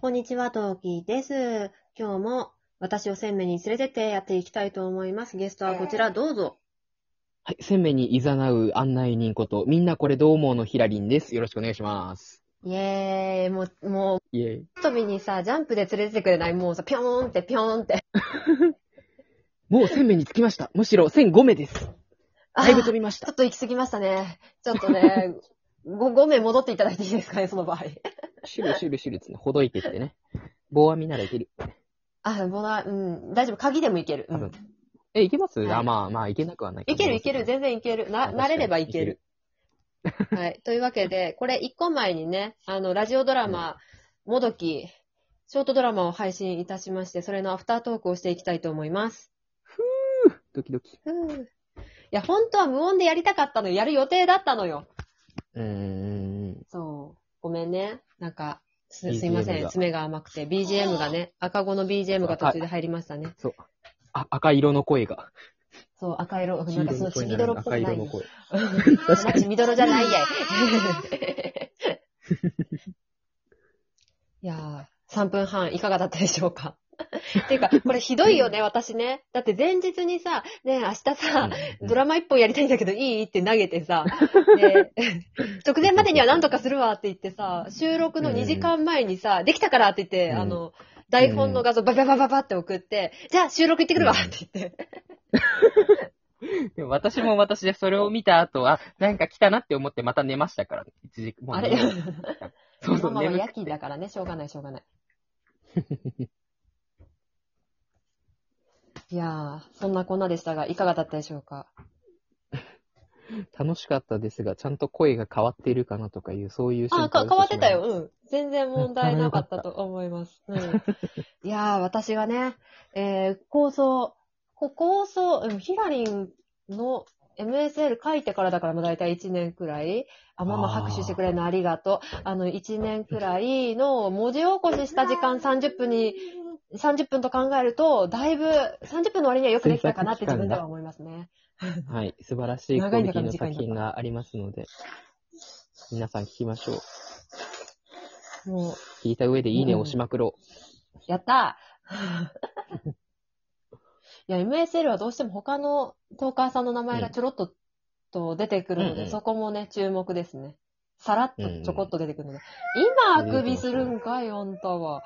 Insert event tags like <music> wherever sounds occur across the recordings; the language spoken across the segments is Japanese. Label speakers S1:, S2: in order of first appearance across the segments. S1: こんにちは、トーキーです。今日も私を鮮明に連れてってやっていきたいと思います。ゲストはこちら、どうぞ。
S2: はい、鮮明に誘う案内人こと、みんなこれどう思うのヒラリンです。よろしくお願いします。
S1: イエーイ。もう、も
S2: イェイ。
S1: う、飛びにさ、ジャンプで連れてってくれないもうさ、ぴょーんって、ぴょーんって。
S2: もう鮮明につきました。むしろ1005名です。だいぶ飛びまし
S1: ちょ
S2: た。
S1: っと行き過ぎましたね。ちょっとね、ご、ごめん戻っていただいていいですかね、その場合。
S2: シュルシュルシュルつね、ほどいてってね。棒網ならいける。
S1: あ、ボナ、うん、大丈夫。鍵でもいける。う
S2: 多
S1: ん
S2: 分。え、いけます、
S1: はい
S2: あ、まあまあ、いけなくはないか
S1: い
S2: な。
S1: けるいける、全然いける。な、慣れればいける。
S2: 確
S1: はい。というわけで、これ一個前にね、あの、ラジオドラマ、もどき、ショートドラマを配信いたしまして、それのアフタートークをしていきたいと思います。
S2: ドキドキ。
S1: ふういや、本当は無音でやりたかったのよ。やる予定だったのよ。
S2: うーん。
S1: そう。ごめんね。なんか、す、
S2: BGM
S1: すいません。
S2: が
S1: 爪が甘くて。BGM がね、赤子の BGM が途中で入りましたね。
S2: そう。あ、赤色の声が。
S1: そう、赤色。
S2: 黄
S1: なんかそのちぎどろっぽ
S2: 赤
S1: くな
S2: 色
S1: い
S2: の
S1: ね。
S2: 声。
S1: 確かに。ミドロじゃないやい。いやー、3分半いかがだったでしょうか <laughs> ていうか、これひどいよね、私ね。だって前日にさ、ねえ、明日さ、ドラマ1本やりたいんだけどいいって投げてさ、で直前までには何とかするわって言ってさ、収録の2時間前にさ、できたからって言って、
S2: うん
S1: あの、台本の画像バババババって送って、じゃあ収録行ってくるわって言って。
S2: でも私も私でそれを見た後、あ、なんか来たなって思ってまた寝ましたから、ね。一時、もう
S1: あ
S2: 寝
S1: れ <laughs>
S2: ましたそうそう、
S1: ママは
S2: 眠
S1: 夜
S2: く
S1: 勤だからね、しょうがない、しょう
S2: <laughs>
S1: がない。いやー、そんなこんなでしたが、いかがだったでしょうか。
S2: 楽しかったですが、ちゃんと声が変わっているかなとかいう、そういう心
S1: あ、
S2: 配
S1: か
S2: をしてしまいま
S1: 変わってたよ。。うん。全然問題なかったと思 <laughs> います。うん。いやー、私はね、えー、構想、こ構想、うんヒラリンの MSL 書いてからだから、まあ大体1年くらい。あ、ママ
S2: あー
S1: 拍手してくれるのありがとう。あの、1年くらいの文字起こしした時間30分に、30分と考えると、だいぶ、30分の割にはよくできたかなって自分では思いますね。
S2: はい、素晴らしいク
S1: 長
S2: オ
S1: いん
S2: リ
S1: だ
S2: テ
S1: か短
S2: ィの
S1: いん
S2: 作
S1: だか
S2: 品がありますので、皆さん聞きましょう。
S1: もう、
S2: 聞いた上でいいねを押しまくろう。
S1: やったーいや、MSL はどうしても他のトーカーさんの名前がちょろっと,、と出てくるので、
S2: うんうん
S1: そこもね、注目ですね。さらっとちょこっと出てくるので、今あくびするんかい、あんた
S2: <laughs>
S1: は。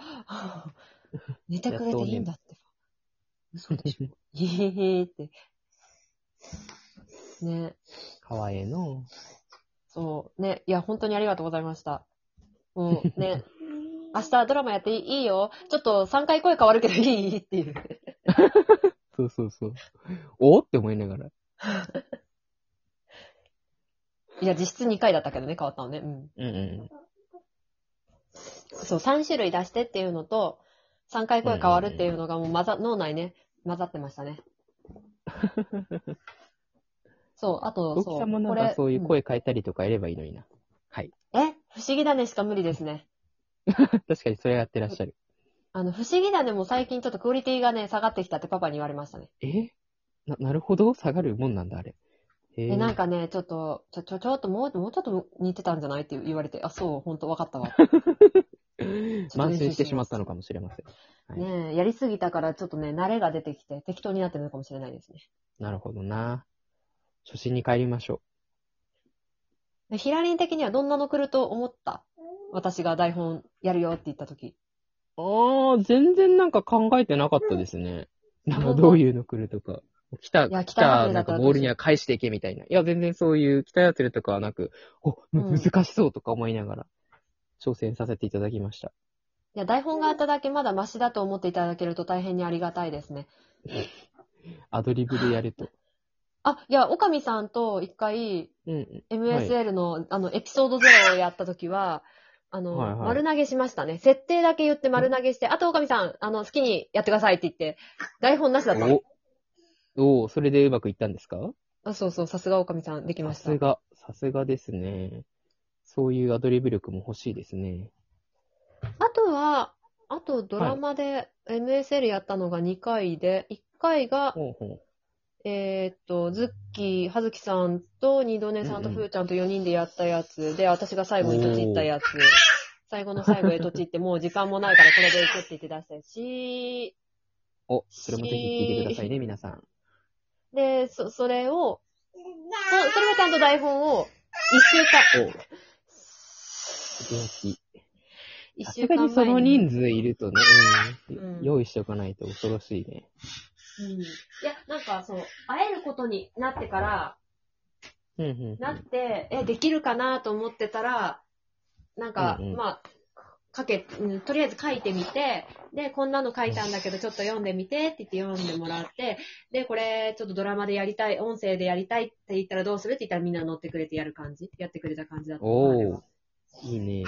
S1: 寝てくれていいんだって。嘘でしょ。いひひって。ね。
S2: <laughs> かわいいの。
S1: そう。ね。いや、本当にありがとうございました。もう
S2: <laughs>
S1: ね。明日ドラマやっていいいいよ。ちょっと3回声変わるけどいいっていう。
S2: そうそうそう。おって思いながら。
S1: いや、実質2回だったけどね、変わったのね。うん。
S2: うんうん。
S1: そう、3種類出してっていうのと、3回声変わるっていうのがもう混ざ、脳内ね、混ざってま
S2: <laughs>
S1: したね。そう、あと、
S2: 大き
S1: そう。
S2: さんもなん
S1: こ
S2: か
S1: れ
S2: そういう声変えたりとかやればいいのにな。はい。
S1: うんえ不思議だねしか無理ですね。
S2: 確かにそれやってらっしゃる。
S1: あの、不思議だねも最近ちょっとクオリティがね、下がってきたってパパに言われましたね。
S2: えな、なるほど下がるもんなんだ、あれ。へ
S1: え、なん
S2: か、
S1: かね、ちょっと、ちょ、ちょ、ちょっともう、もうちょっと似てたんじゃないって言われて、あ、そう、ほんと分か
S2: <laughs>
S1: ったわ。
S2: <laughs> 慢心してしまったのかもしれません。はい
S1: ねえ、やりすぎたからちょっとね、慣れが出てきて、適当になってるのかもしれないですね。
S2: なるほどな。初心に帰りましょう。
S1: でヒラリン的にはどんなの来ると思った私が台本やるよって言った時。
S2: ああ、全然なんか考えてなかったですね。なんかどういうの来るとか。来た、
S1: いや
S2: 来
S1: 来た
S2: た、
S1: やつ
S2: な
S1: だ
S2: ん
S1: から
S2: かボールには返していけみたいな。いや、全然そういう来たやつらとかはなく、お、
S1: うん
S2: む難しそうとか思いながら、挑戦させていただきました。
S1: いや、台本があっただけまだマシだと思っていただけると大変にありがたいですね。
S2: アドリブでやると。
S1: あ、いや、おかみさんと一回、
S2: うんうん。
S1: MSL の、あの、エピソード0をやった時は、あの、
S2: はいはい
S1: 丸投げしましたね。設定だけ言って丸投げして、あとおかみさん、あの、好きにやってくださいって言って、台本なしだった。
S2: お、おそれでうまくいったんですか
S1: あそうそう、さすがおかみさん、できま
S2: さ
S1: した
S2: す。が、さすがですね。そういうアドリブ力も欲しいですね。
S1: あとは、あとドラマで MSL やったのが2回で、1回が、
S2: ほうほ
S1: えーっと、ズッキー、はずきさんと、二度寝さんと
S2: うんうん
S1: ふーちゃんと4人でやったやつで、私が最後にとちったやつ。最後の最後へとちって、もう時間もないからこれで行くって言って出したし、
S2: お、それもぜひ聞いてくださいね、皆さん。
S1: で、そ、それを、そそれもちゃんと台本を、一週間、
S2: お、元気。
S1: 一
S2: さ
S1: 週
S2: すが
S1: 間前
S2: に
S1: に。
S2: その人数いるとね、うん
S1: うん
S2: 用意しておかないと恐ろしいね。
S1: うん。いや、なんかそう、会えることになってから、
S2: うんうんうん
S1: なって、え、できるかなと思ってたら、なんか、
S2: うんうん
S1: まあ、かけ、うんとりあえず書いてみて、で、こんなの書いたんだけど、ちょっと読んでみてって言って読んでもらって、で、これ、ちょっとドラマでやりたい、音声でやりたいって言ったらどうするって言ったらみんな乗ってくれてやる感じやってくれた感じだった。
S2: おー、いいね。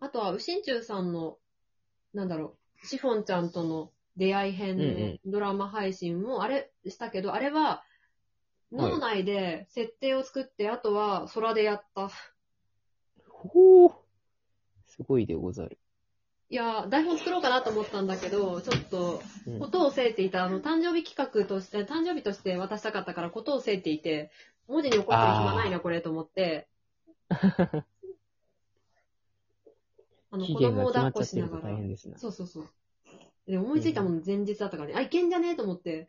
S1: あとは、うしんちゅうさんの、なんだろう、シフォンちゃんとの出会い編の
S2: うんうん
S1: ドラマ配信も、あれしたけど、あれは、脳内で設定を作って、あとは空でやった。
S2: ほー、すごいでござる。
S1: いやー、台本作ろうかなと思ったんだけど、ちょっと、
S2: うん
S1: ことをせいていた、あの、誕生日企画として、誕生日として渡したかったから、ことをせいていて、文字に起こしてる暇ないな、これ、と思
S2: <laughs>
S1: って。あの、
S2: 期
S1: 子
S2: 限が
S1: 供を
S2: 決ま
S1: 抱っ
S2: っち
S1: こ
S2: ゃっ
S1: して
S2: る
S1: な
S2: と
S1: がら
S2: 大。変ですな。
S1: そうそうそう。で、思いついたもの前日だったからね、あ、いけんじゃねえと思って。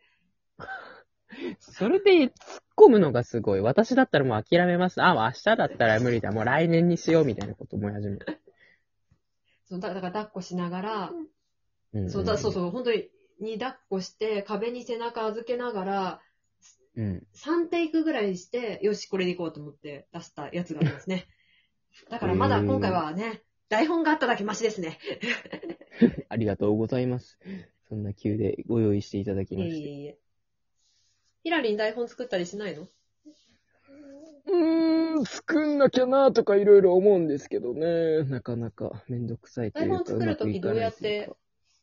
S2: それで突っ込むのがすごい。私だったらもう諦めます。あ、もう明日だったら無理だ。もう来年にしようみたいなこと思い始める。
S1: そのだだから抱っこしながら、
S2: うんん
S1: そうだそうそう、本当に、に抱っこして、壁に背中預けながら、
S2: うん。うん。
S1: 3テイクぐらいして、よし、これでいこうと思って出したやつがあります
S2: <laughs>
S1: ね。だからまだ今回はね、台本があっただけマシですね。
S2: ありがとうございます。そんな急でご用意していただき
S1: い
S2: ま
S1: え
S2: し
S1: い
S2: て。
S1: えいえ。ヒラリン台本作ったりしないの
S2: うーん、作んなきゃなとかいろいろ思うんですけどね。なかなかめんどくさいとい
S1: 台
S2: うか。
S1: 本作るときどうやっ
S2: まくいかないという
S1: て
S2: か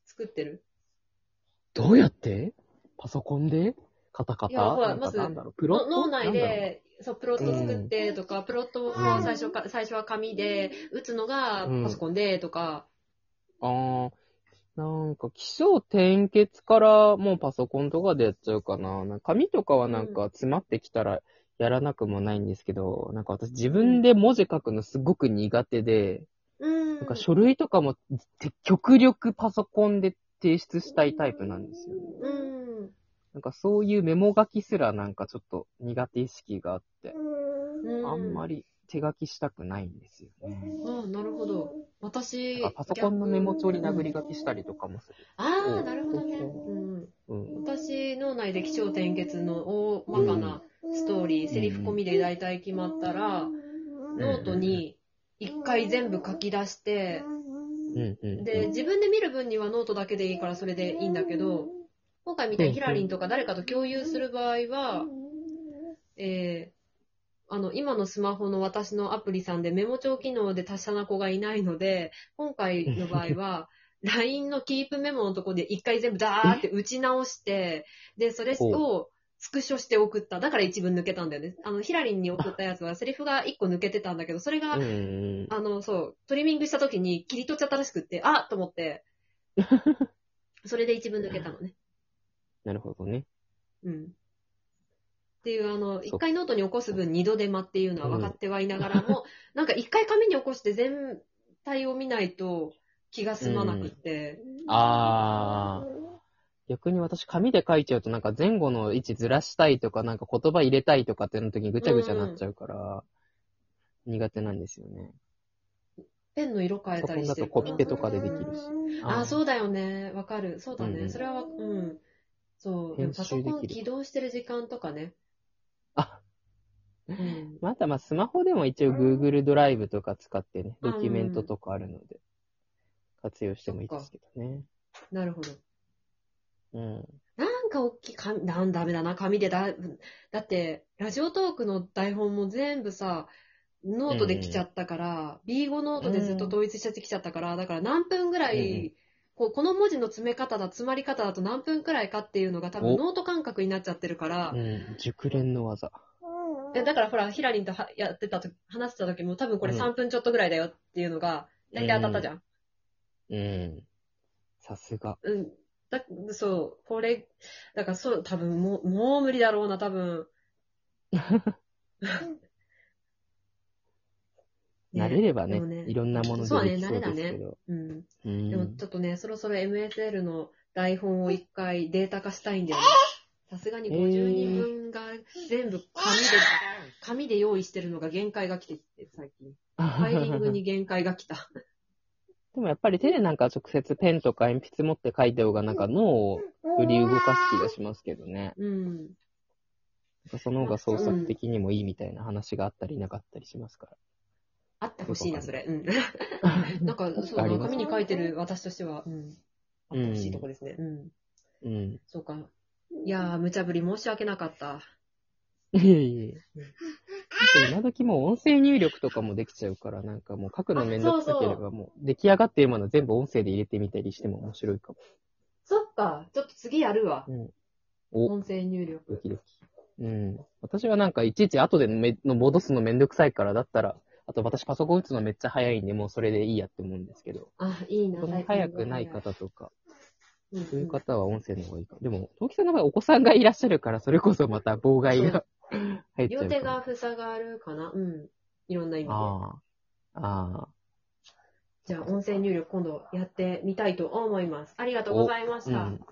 S1: 作ってる
S2: どうやってパソコンでカタカ
S1: いや
S2: タ
S1: ほら
S2: なんか
S1: まず
S2: なんだろうプロット
S1: 脳内
S2: なんだろ
S1: で、そう、プロット作ってとか、プロットを
S2: うん
S1: 最初か、最初は紙で、打つのが
S2: うん
S1: パソコンでとか、
S2: うあー、なんか起承転結からもうパソコンとかでやっちゃうかな。なんか紙とかはなんか詰まってきたらやらなくもないんですけど、なんか私自分で文字書くのすごく苦手で、
S1: うん。
S2: なんか書類とかもて極力パソコンで提出したいタイプなんですよね。
S1: うん。
S2: なんかそういうメモ書きすらなんかちょっと苦手意識があって、あんま
S1: り。
S2: り手書きしたくないんですよね。
S1: ああ、なるほど。私
S2: なんか、パソコンのメモ帳に殴り
S1: が。
S2: 書きしたりとかもする。
S1: ああ、なるほどね。
S2: そうそう
S1: うん。
S2: うん。
S1: 私、脳内で起承転結の大まかなストーリー、セリフ込みで大体決まったら、ノートに一回全部書き出して、
S2: うんうん。
S1: で、自分で見る分にはノートだけでいいからそれでいいんだけど、今回みたいにヒラリンとか誰かと共有する場合は、えーあの、今のスマホの私のアプリさんでメモ帳機能で達者な子がいないので、今回の場合
S2: <laughs>
S1: は、LINE のキープメモのとこで一回全部ダーって打ち直して、で、それをスクショして送った。だから一文抜けたんだよね。あの、ヒラリンに送ったやつはセリフが一個抜けてたんだけど、それが
S2: うんうん。
S1: あの、そう、トリミングした時に切り取っちゃったらしくって、あっと思
S2: <laughs>
S1: って、それで一文抜けたのね。
S2: なるほどね。
S1: うん。っていう、あの、
S2: う
S1: 一回ノートに起こす分二度手間っていうのは分かってはいながら
S2: <laughs>
S1: も、なんか一回紙に起こして全体を見ないと気が済まなくって、
S2: あー。逆に私紙で書いちゃうとなんか前後の位置ずらしたいとかなんか言葉入れたいとかっていうの時にぐちゃぐちゃなっちゃうから、苦手なんですよね。
S1: ペンの色変えたりしてる
S2: パソコンだとコピペとかでできるし
S1: あー、
S2: う。
S1: そうだよね。わかる。そうだね。
S2: うん
S1: それはわ、うん。そう。でも
S2: 編
S1: パ
S2: 集
S1: ソコン
S2: できる
S1: 起動してる時間とかね。
S2: あ、 <laughs>
S1: うん。
S2: またまあスマホでも一応 Google ドライブとか使ってね、ドキュメントとかあるので、活用してもいいですけどね。
S1: なるほど。
S2: うん。
S1: なんか大きい紙、なんダメだな、紙でだ、だって、ラジオトークの台本も全部さ、ノートで来ちゃったから、B5 ノートでずっと統一しちゃってきちゃったから、だから何分ぐら
S2: うんう
S1: い、こうこの文字の詰め方だ、詰まり方だと何分くらいかっていうのが多分
S2: お
S1: ノート感覚になっちゃってるから
S2: う、ん。熟練の技。
S1: えだからほら、ヒラリンとはやってたと話してた時も多分これ
S2: うん
S1: 3分ちょっとぐらいだよっていうのが、大体当たったじゃん。
S2: うん。さすが。
S1: うん。だ、そう、これ、だからそう、多分もう、もう無理だろうな、多分。
S2: <laughs> 慣れればね
S1: でもね
S2: いろんなもの
S1: そうだね
S2: 出てきそうです
S1: 慣
S2: け
S1: れ
S2: ど。
S1: うん。
S2: う
S1: でも
S2: ん
S1: ちょっとね、そろそろ MSL の台本を一回データ化したいんだよね。さすがに50人分が全部紙で、紙で用意してるのが限界が来てきて、最近。ファイリングに限界が来た。
S2: <laughs> でもやっぱり手でなんか直接ペンとか鉛筆持って書いた方がなんか脳を振り動かす気がしますけどね。
S1: うん。
S2: その方が創作的にもいいみたいな話があったりなかったりしますか
S1: あってほしいな、それ。うん。 <laughs>
S2: ら。
S1: なんか、そうだ
S2: あり
S1: な、
S2: ます
S1: 紙に書いてる私としては、うん。あってほしいとこですね。うん。
S2: うん。
S1: そうか。いやー、無茶ぶり申し訳なかった。
S2: いえい
S1: <laughs>
S2: え。あと今時もう音声入力とかもできちゃうから、なんかもう書くのめんどくさけれ
S1: あそう
S2: ば、もう出来上がってるものは全部音声で入れてみたりしても面白いかも。
S1: そっか、ちょっと次やるわ。
S2: うん。お、
S1: 音声入力。
S2: ドキドキ。うん。私はなんかいちいち後でめの戻すのめんどくさいから、だったら、あと私パソコン打つのめっちゃ早いんで、もうそれでいいやって思うんですけど。
S1: あ、いいな。
S2: その早くない方とか、
S1: うん、
S2: そういう方は音声の方がいいか。でも、東木さんの場合お子さんがいらっしゃるから、それこそまた妨害が <laughs> 入っちゃ
S1: 両
S2: うか
S1: 手
S2: ら。
S1: が塞がるかなうん。いろんな意味で。
S2: ああ。ああ。
S1: じゃあ、音声入力今度やってみたいと思います。ありがとうございました。
S2: うん。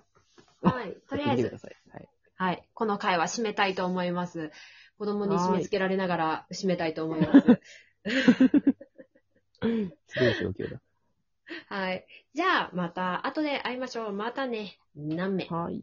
S1: はい。とりあ
S2: 見
S1: え
S2: てくだ
S1: ず、
S2: さい。はい。
S1: <laughs> はい。この回は締めたいと思います。子供に締め付けられながら締めたいと思います。
S2: すごい状況
S1: はい。じゃあ、また後で会いましょう。またね。何名
S2: だ。はい。